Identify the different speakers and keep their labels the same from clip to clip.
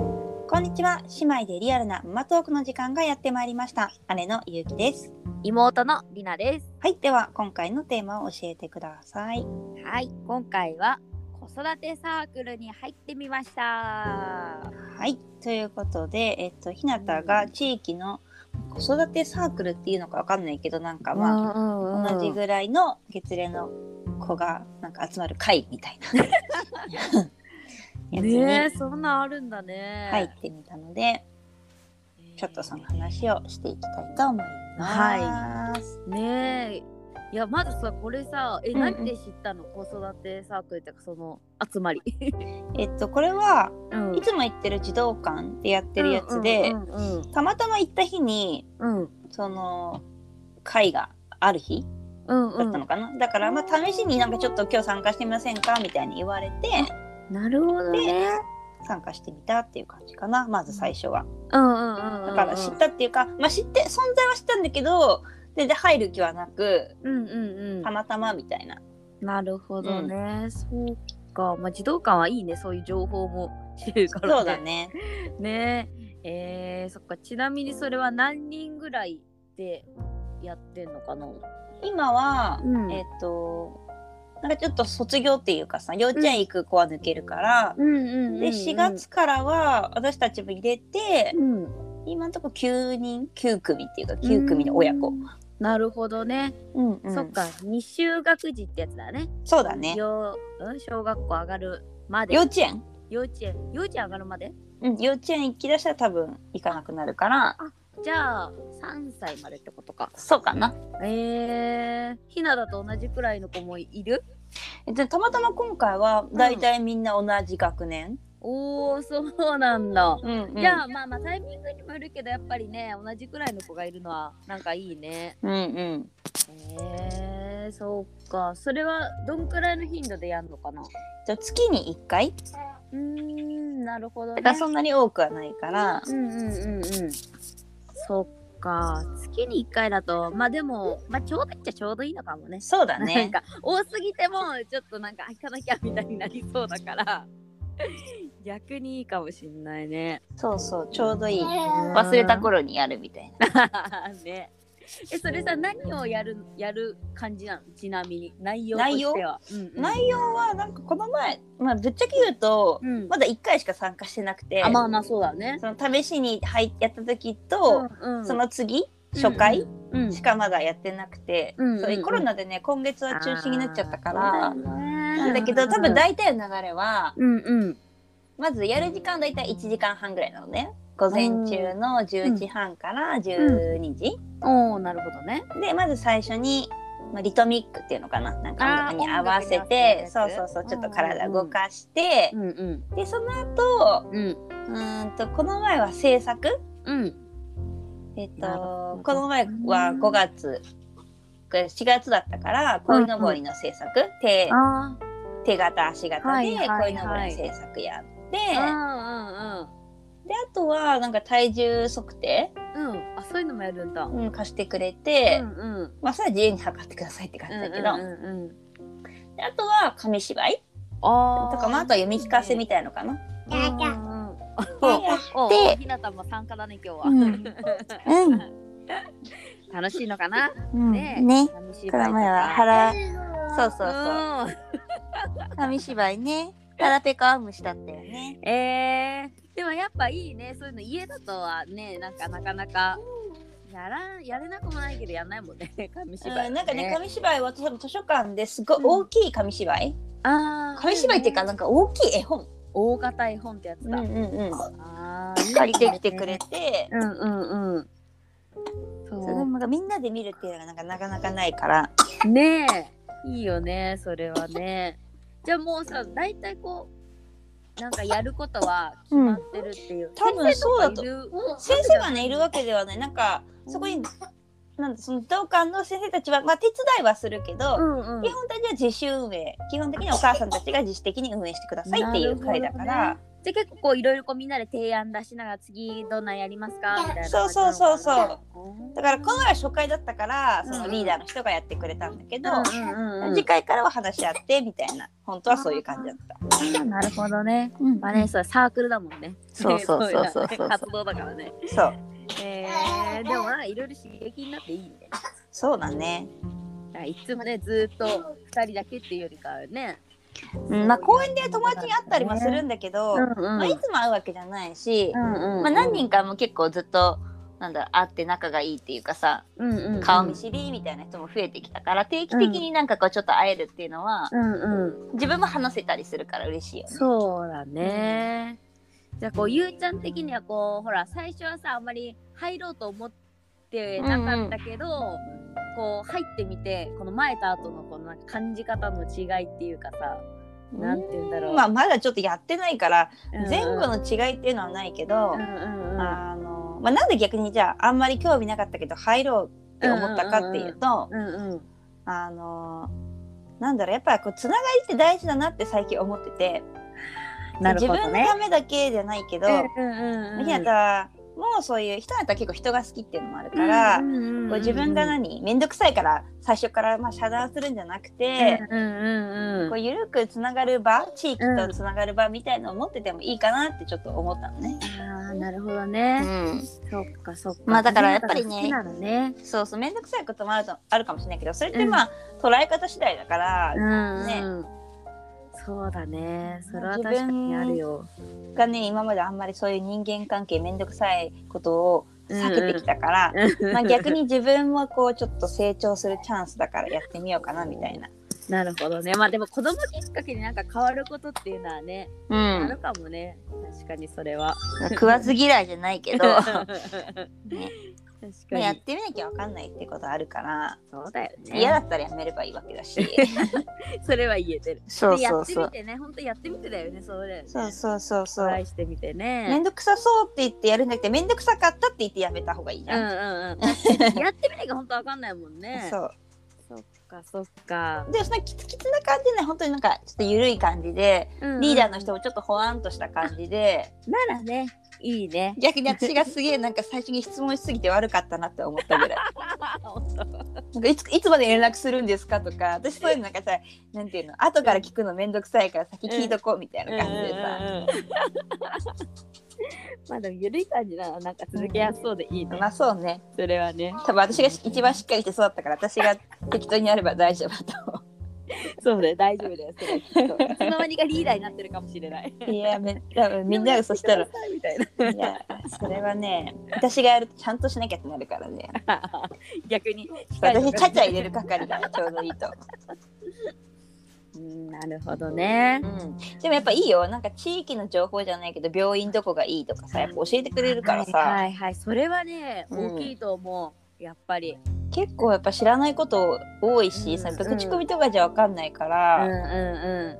Speaker 1: こんにちは姉妹でリアルなママトークの時間がやってまいりました姉のゆうきです
Speaker 2: 妹のりなです
Speaker 1: はいでは今回のテーマを教えてください
Speaker 2: はい今回は子育てサークルに入ってみました
Speaker 1: はいということでえっとひなたが地域の子育てサークルっていうのかわかんないけどなんかまあ
Speaker 2: あ
Speaker 1: 同じぐらいの月齢の子がなんか集まる会みたいなやつに
Speaker 2: ねえそんなんあるんだね
Speaker 1: 入ってみたのでちょっとその話をしていきたいと思います。
Speaker 2: ねえいやまずさこれさえ
Speaker 1: うんうん
Speaker 2: 何で知ったの、子育てサークルってかその集まり
Speaker 1: えっとこれは
Speaker 2: うん
Speaker 1: いつも行ってる児童館でやってるやつで、
Speaker 2: うんうん
Speaker 1: たまたま行った日に
Speaker 2: うんうん
Speaker 1: その会がある日
Speaker 2: うん
Speaker 1: だ
Speaker 2: う
Speaker 1: っ
Speaker 2: ん
Speaker 1: たのかな、だからまあ試しになんかちょっと今日参加してみませんかみたいに言われて
Speaker 2: なるほどね
Speaker 1: 参加してみたっていう感じかなまず最初は。
Speaker 2: うんうんうんうんう
Speaker 1: だ
Speaker 2: ん
Speaker 1: から知ったっていうか、まあ、知って存在は知ったんだけど全然入る気はなく
Speaker 2: うんうん
Speaker 1: たまたまみたいな。
Speaker 2: うんなるほどね、そうかまあ児童館はいいねそういう情報も知れるから
Speaker 1: そうだね。
Speaker 2: ねええー、そっかちなみにそれは何人ぐらいでやってんのかな、
Speaker 1: 今は、
Speaker 2: うん
Speaker 1: えっ、となんかちょっと卒業っていうかさ幼稚園行く子は抜けるから、
Speaker 2: うんうん
Speaker 1: で4月からは私たちも入れて、
Speaker 2: うん、
Speaker 1: 今のとこ9人9組っていうか9組の親子、
Speaker 2: なるほどね、
Speaker 1: うんうん
Speaker 2: そっか未就学児ってやつだね
Speaker 1: そうだね
Speaker 2: ようん、小学校上がるまで
Speaker 1: 幼稚園、
Speaker 2: 幼稚園幼稚園上がるまで
Speaker 1: うん、幼稚園行きだしたら多分行かなくなるから
Speaker 2: じゃあ3歳までってことか
Speaker 1: そうかな、
Speaker 2: えー、ひなだと同じくらいの子もいる
Speaker 1: えっと、たまたま今回は大体みんな同じ学年、
Speaker 2: おーそうなんだ
Speaker 1: うんうん
Speaker 2: じゃあまあまあタイミングにもよるけどやっぱりね同じくらいの子がいるのはなんかいいね。
Speaker 1: うんうん
Speaker 2: へえそうかそれはどんくらいの頻度でやるのかな
Speaker 1: じゃあ月に1回
Speaker 2: うーんなるほど
Speaker 1: だ
Speaker 2: ね。
Speaker 1: からそんなに多くはないから、
Speaker 2: うんうんうんうん。そっか月に1回だとまあでも、まあ、ちょうどいいっちゃちょうどいいのかもね。
Speaker 1: そうだ
Speaker 2: なん
Speaker 1: ね
Speaker 2: か多すぎてもちょっとなんかあ行かなきゃみたいになりそうだから逆にいいかもしんないね。
Speaker 1: そうそうちょうどいい忘
Speaker 2: 忘
Speaker 1: れた頃にやるみたいな。
Speaker 2: ね。え、それさ、何をやる、やる感じなの、ちなみに、内容と
Speaker 1: 内容
Speaker 2: しては。うんうん
Speaker 1: 内容はなんかこの前、まあ、ぶっちゃけ言うと、
Speaker 2: うん
Speaker 1: まだ1回しか参加してなくて、
Speaker 2: あ、まあまあ、そうだね。
Speaker 1: その試しに入っやった時と、
Speaker 2: うんうん
Speaker 1: その次初回
Speaker 2: うん
Speaker 1: しかまだやってなくて、
Speaker 2: うんうんうん
Speaker 1: そういうコロナでね今月は中止になっちゃったから。
Speaker 2: あーそうだよね
Speaker 1: なんだけど多分大体の流れは
Speaker 2: うんうん。
Speaker 1: まずやる時間は大体1時間半ぐらいなのね午前中の10時半から12時、
Speaker 2: おお、なるほどね。
Speaker 1: でまず最初に、まあ、リトミックっていうのかななんか
Speaker 2: あー
Speaker 1: 音楽に合わせ
Speaker 2: 音楽に合わせ
Speaker 1: て
Speaker 2: る
Speaker 1: そう
Speaker 2: やつ
Speaker 1: そうそうちょっ
Speaker 2: うん
Speaker 1: と
Speaker 2: うんうん
Speaker 1: 体動かして、
Speaker 2: うんうん。
Speaker 1: でその後
Speaker 2: うん。
Speaker 1: うーんとこの前は制作
Speaker 2: うん。
Speaker 1: えっ
Speaker 2: なるほ
Speaker 1: と
Speaker 2: ど
Speaker 1: この前は5月4月だったから鯉のぼりの制作、手
Speaker 2: あー
Speaker 1: 手型足型で
Speaker 2: はいはいはい
Speaker 1: 鯉のぼりの制作やって、
Speaker 2: あ
Speaker 1: であとはなんか体重測定、
Speaker 2: ー。うんうんうん。うん。あ、そういうのもやるんだ。
Speaker 1: うん、貸してくれ
Speaker 2: う
Speaker 1: て、
Speaker 2: んうん。
Speaker 1: まあそれは自由に測ってくださいって感じだけど、
Speaker 2: うんうんうん。
Speaker 1: であとは紙芝居
Speaker 2: あ
Speaker 1: とかまああとは読み聞かせみたいのかな。
Speaker 2: たいな。うんうんお
Speaker 1: で
Speaker 2: お、ひなたも参加だね、今日は。
Speaker 1: うん
Speaker 2: 楽しいのかな。
Speaker 1: うん
Speaker 2: ねえ
Speaker 1: ね。
Speaker 2: 紙芝居
Speaker 1: こ
Speaker 2: とか
Speaker 1: の前は腹そうそうそう
Speaker 2: うん
Speaker 1: 紙芝居ね腹ペコアームしたったよね。
Speaker 2: えー、でもやっぱいいねそういうの家だとはねなんかなかなかやらんやれなくもないけどやんないもんね 紙芝居、
Speaker 1: うん、なんかね紙芝居は多分図書館ですごい大きい紙芝居、
Speaker 2: あー
Speaker 1: 紙芝居っていうかなんか大きい絵本、
Speaker 2: 大型絵本ってやつだ、
Speaker 1: うん
Speaker 2: あ
Speaker 1: う
Speaker 2: ー
Speaker 1: ん、借りてきてくれて、
Speaker 2: うんうんうん
Speaker 1: それで
Speaker 2: そ
Speaker 1: もなんかみんなで見るっていうのがなんかなかなかないから
Speaker 2: うねえいいよねそれはねじゃあもうさ大体こうなんかやることは決まってるっていう、
Speaker 1: 多分そうだと
Speaker 2: 先生とかいる
Speaker 1: 先生がねいるわけではないなんかそこになんだその同館の先生たちは、まあ、手伝いはするけど、
Speaker 2: うんうん
Speaker 1: 基本的には自主運営基本的にはお母さんたちが自主的に運営してくださいっていう会だから、
Speaker 2: じゃあ結構こういろいろこうみんなで提案出しながら次どんなんやりますかみたいな
Speaker 1: そうそうそうそう
Speaker 2: う
Speaker 1: だからこの前初回だったから
Speaker 2: うん
Speaker 1: そのリーダーの人がやってくれたんだけど、
Speaker 2: うんうん
Speaker 1: 次回からは話し合ってみたいな本当はそういう感じだった。
Speaker 2: うん、なるほどね。
Speaker 1: うん
Speaker 2: まあね、そうサークルだもんね。
Speaker 1: そうそう そうそうそう
Speaker 2: こいの活動だからね。
Speaker 1: そう
Speaker 2: えー、でもなんかいろいろ刺激になっていいね。
Speaker 1: そうだね。
Speaker 2: だからいつもね、ずーっと二人だけっていうよりかはね。
Speaker 1: うんまあ公園で友達に会ったりもするんだけど、
Speaker 2: うん
Speaker 1: まあ、いつも会うわけじゃないし、
Speaker 2: うんうん
Speaker 1: まあ、何人かも結構ずっとなんだろう会って仲がいいっていうかさ
Speaker 2: うんうんうん
Speaker 1: 顔見知りみたいな人も増えてきたから定期的になんかこうちょっと会えるっていうのは
Speaker 2: うんうん。
Speaker 1: 自分も話せたりするから嬉しいよね。
Speaker 2: そうだね。じゃあこうゆうちゃん的にはこうほら最初はさあんまり入ろうと思ってなかったけど、こう入ってみてこの前と後のこのなんか感じ方の違いっていうかさ、なんて言うんだろう
Speaker 1: まあ、まだちょっとやってないから
Speaker 2: うんうん
Speaker 1: 前後の違いっていうのはないけど、
Speaker 2: うんうんうん
Speaker 1: あのまあ、なんで逆にじゃああんまり興味なかったけど入ろうって思ったかっていうと、
Speaker 2: うんうん
Speaker 1: あのなんだろうやっぱりこうつながりって大事だなって最近思ってて、
Speaker 2: なる
Speaker 1: 自
Speaker 2: ほ
Speaker 1: 分
Speaker 2: ど
Speaker 1: の
Speaker 2: ね。
Speaker 1: ためだけじゃないけど、
Speaker 2: うんうんうん
Speaker 1: ひなたはもうそういうひなたは結構人が好きっていうのもあるから、
Speaker 2: うんうんうんうん
Speaker 1: こう自分が何面倒くさいから最初からまあ遮断するんじゃなくて。
Speaker 2: うんうんうん
Speaker 1: こうゆるくつながる場地域とつながる場みたいのを持っててもいいかなってちょっと思ったのね。
Speaker 2: あーなるほどね。そっかそっか。
Speaker 1: まあだからやっぱりね
Speaker 2: 好きなのね。
Speaker 1: そうそう面倒くさいこともあるとあるかもしれないけどそれってまあ、捉え方次第だから、
Speaker 2: うんうん。そうだね。それは確かにあるよ。
Speaker 1: がね今まであんまりそういう人間関係面倒くさいことを避けてきたから、まあ、逆に自分もこうちょっと成長するチャンスだからやってみようかなみたいな。
Speaker 2: なるほどね。まあでも子供きっかけになんか変わることっていうのはね、
Speaker 1: う
Speaker 2: あるかもね。確かにそれは。
Speaker 1: 食わず嫌いじゃない け ど
Speaker 2: 確か
Speaker 1: やっ
Speaker 2: に。
Speaker 1: てみなきゃわかんないってことあるから、
Speaker 2: そうだよね。
Speaker 1: 嫌だったらやめればいいわけだし
Speaker 2: それは言えてる。
Speaker 1: そう
Speaker 2: でや
Speaker 1: そう
Speaker 2: って
Speaker 1: そ
Speaker 2: み
Speaker 1: う
Speaker 2: てね、本当やってみてだよね、そうだよね。
Speaker 1: そうそうそうそう、
Speaker 2: 愛してみてね。
Speaker 1: めんどくさそうって言ってやるんじゃなくてめんどくさかったって言ってやめた方がいいじ
Speaker 2: うん
Speaker 1: ゃん、
Speaker 2: うんうん。確かにやってみなきゃ本当わかんないもんね。
Speaker 1: そう
Speaker 2: そっかそっか。
Speaker 1: でもそのキツキツな感じでね本当になんかちょっと緩い感じで、リーダーの人
Speaker 2: も。
Speaker 1: もちょっとほわんとした感じで
Speaker 2: ならね、いいね。
Speaker 1: 逆に私がすげえなんか最初に質問しすぎて悪かったなって思ったぐらい なんかいついつまで連絡するんですかとか私そういうのなんかさなんていうの後から聞くのめんどくさいから先聞いとこうみたいな感じでさ、
Speaker 2: まあでも緩い感じならなんか続けやすそうでいいね。
Speaker 1: まあそうね
Speaker 2: それはね。
Speaker 1: 多分私が一番しっかりしてそうだったから私が適当にやれば大丈夫だと思
Speaker 2: そうだよ、大丈夫だよ。それきっといつの間にかリーダーになってるかもしれない。
Speaker 1: ういやめ多分 みんながそしたらい。
Speaker 2: みたいな。
Speaker 1: やそれはね私がやるとちゃんとしなきゃってなるからね
Speaker 2: 逆に。
Speaker 1: 私ちゃちゃ入れる係がちょうどいいと思う
Speaker 2: うんなるほどね。
Speaker 1: うんでもやっぱいいよなんか地域の情報じゃないけど病院どこがいいとかさやっぱ教えてくれるからさ、
Speaker 2: はいはいはい、それはね、
Speaker 1: うん
Speaker 2: 大きいと思う。やっぱり。
Speaker 1: 結構やっぱ知らないこと多いし、
Speaker 2: うん
Speaker 1: さやっぱ口コミとかじゃわかんないか
Speaker 2: うん
Speaker 1: ら、
Speaker 2: うんう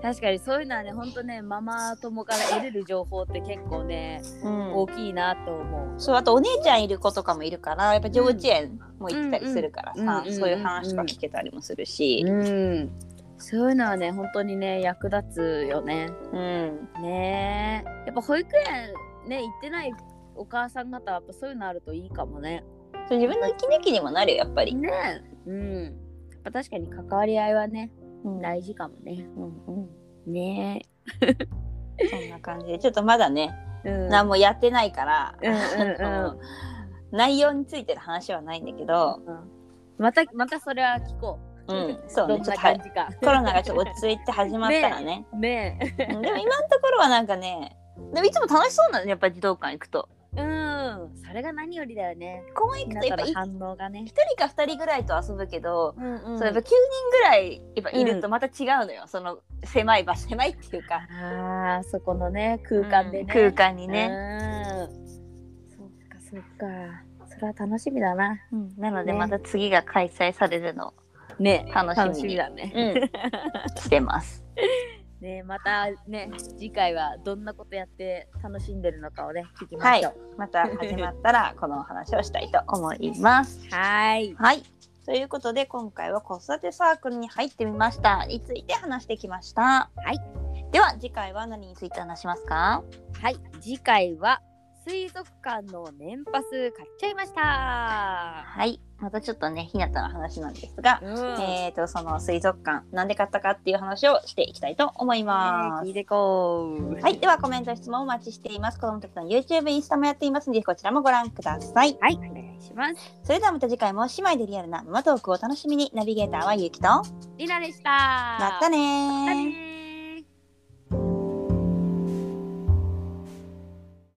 Speaker 2: ん。確かにそういうのはね、本当ね、ママ友から得れる情報って結構ね、
Speaker 1: うん
Speaker 2: 大きいなと思う。
Speaker 1: そうあとお姉ちゃんいる子とかもいるからやっぱ幼稚園も行ってたりするからさ、
Speaker 2: うんうん
Speaker 1: そういう話とか聞けたりもするし、
Speaker 2: うん。そういうのはね、本当にね、役立つよね。
Speaker 1: うん
Speaker 2: ねえ。やっぱ保育園ね、行ってないお母さん方は、やっぱそういうのあるといいかもね。
Speaker 1: そう自分の息抜きにもなるよやっぱり、
Speaker 2: ねえ。うん。やっぱ確かに関わり合いはね、
Speaker 1: うん
Speaker 2: 大事かもね。
Speaker 1: うんうん
Speaker 2: ね
Speaker 1: そんな感じでちょっとまだね、
Speaker 2: え。うん
Speaker 1: 何もやってないから、
Speaker 2: うんうんうん。
Speaker 1: 内容についての話はないんだけど、
Speaker 2: また、またそれは聞こう。
Speaker 1: うん、そう
Speaker 2: ど
Speaker 1: ね
Speaker 2: ん
Speaker 1: ちょっ
Speaker 2: な
Speaker 1: とは
Speaker 2: 感
Speaker 1: い
Speaker 2: じか。
Speaker 1: コロナがちょっと落ち着いて始まったらね
Speaker 2: ねえ。
Speaker 1: うんでも今のところはなんかねでもいつも楽しそうなのねやっぱり児童館行くと
Speaker 2: うん。それが何よりだよね。
Speaker 1: 公園行くとやっぱ
Speaker 2: の
Speaker 1: 1
Speaker 2: 反応がね。
Speaker 1: 人か2人ぐらいと遊ぶけど、
Speaker 2: うんう
Speaker 1: そうやっぱ9人ぐらいやっぱいるとまた違うのよ、その狭い場所狭いっていうか
Speaker 2: ああ、そこのね、空間でね。
Speaker 1: うん空間にね、
Speaker 2: ね。そっかそっか。それは楽しみだな。
Speaker 1: うんなので
Speaker 2: ね
Speaker 1: また次が開催されるのを
Speaker 2: ね。
Speaker 1: 楽
Speaker 2: 楽
Speaker 1: しみ
Speaker 2: しみ
Speaker 1: に
Speaker 2: だね。
Speaker 1: うん、 してます
Speaker 2: ね、またね、次回はどんなことやって楽しんでるのかをね、聞きましょう。
Speaker 1: また始まったらこのお話をしたいと思います
Speaker 2: はーい。
Speaker 1: はいということで今回は子育てサークルに入ってみましたについて話してきました。
Speaker 2: はい、
Speaker 1: では次回は何について話しますか
Speaker 2: はい、次回は水族館の年パス買っちゃいました。
Speaker 1: はいまたちょっとねひなたの話なんですが、
Speaker 2: うん、
Speaker 1: えー、とその水族館なんで買ったかっていう話をしていきたいと思いま
Speaker 2: 聞い
Speaker 1: す。
Speaker 2: てこう。
Speaker 1: はい、ではコメント質問お待ちしています。子供たちの YouTube、インスタもやっていますので、こちらもご覧ください。
Speaker 2: はい、お願いします。
Speaker 1: それではまた次回も姉妹でリアルなママトークをお楽しみに。ナビゲーターはゆうきと、ま
Speaker 2: りなでした。
Speaker 1: たねー
Speaker 2: またねー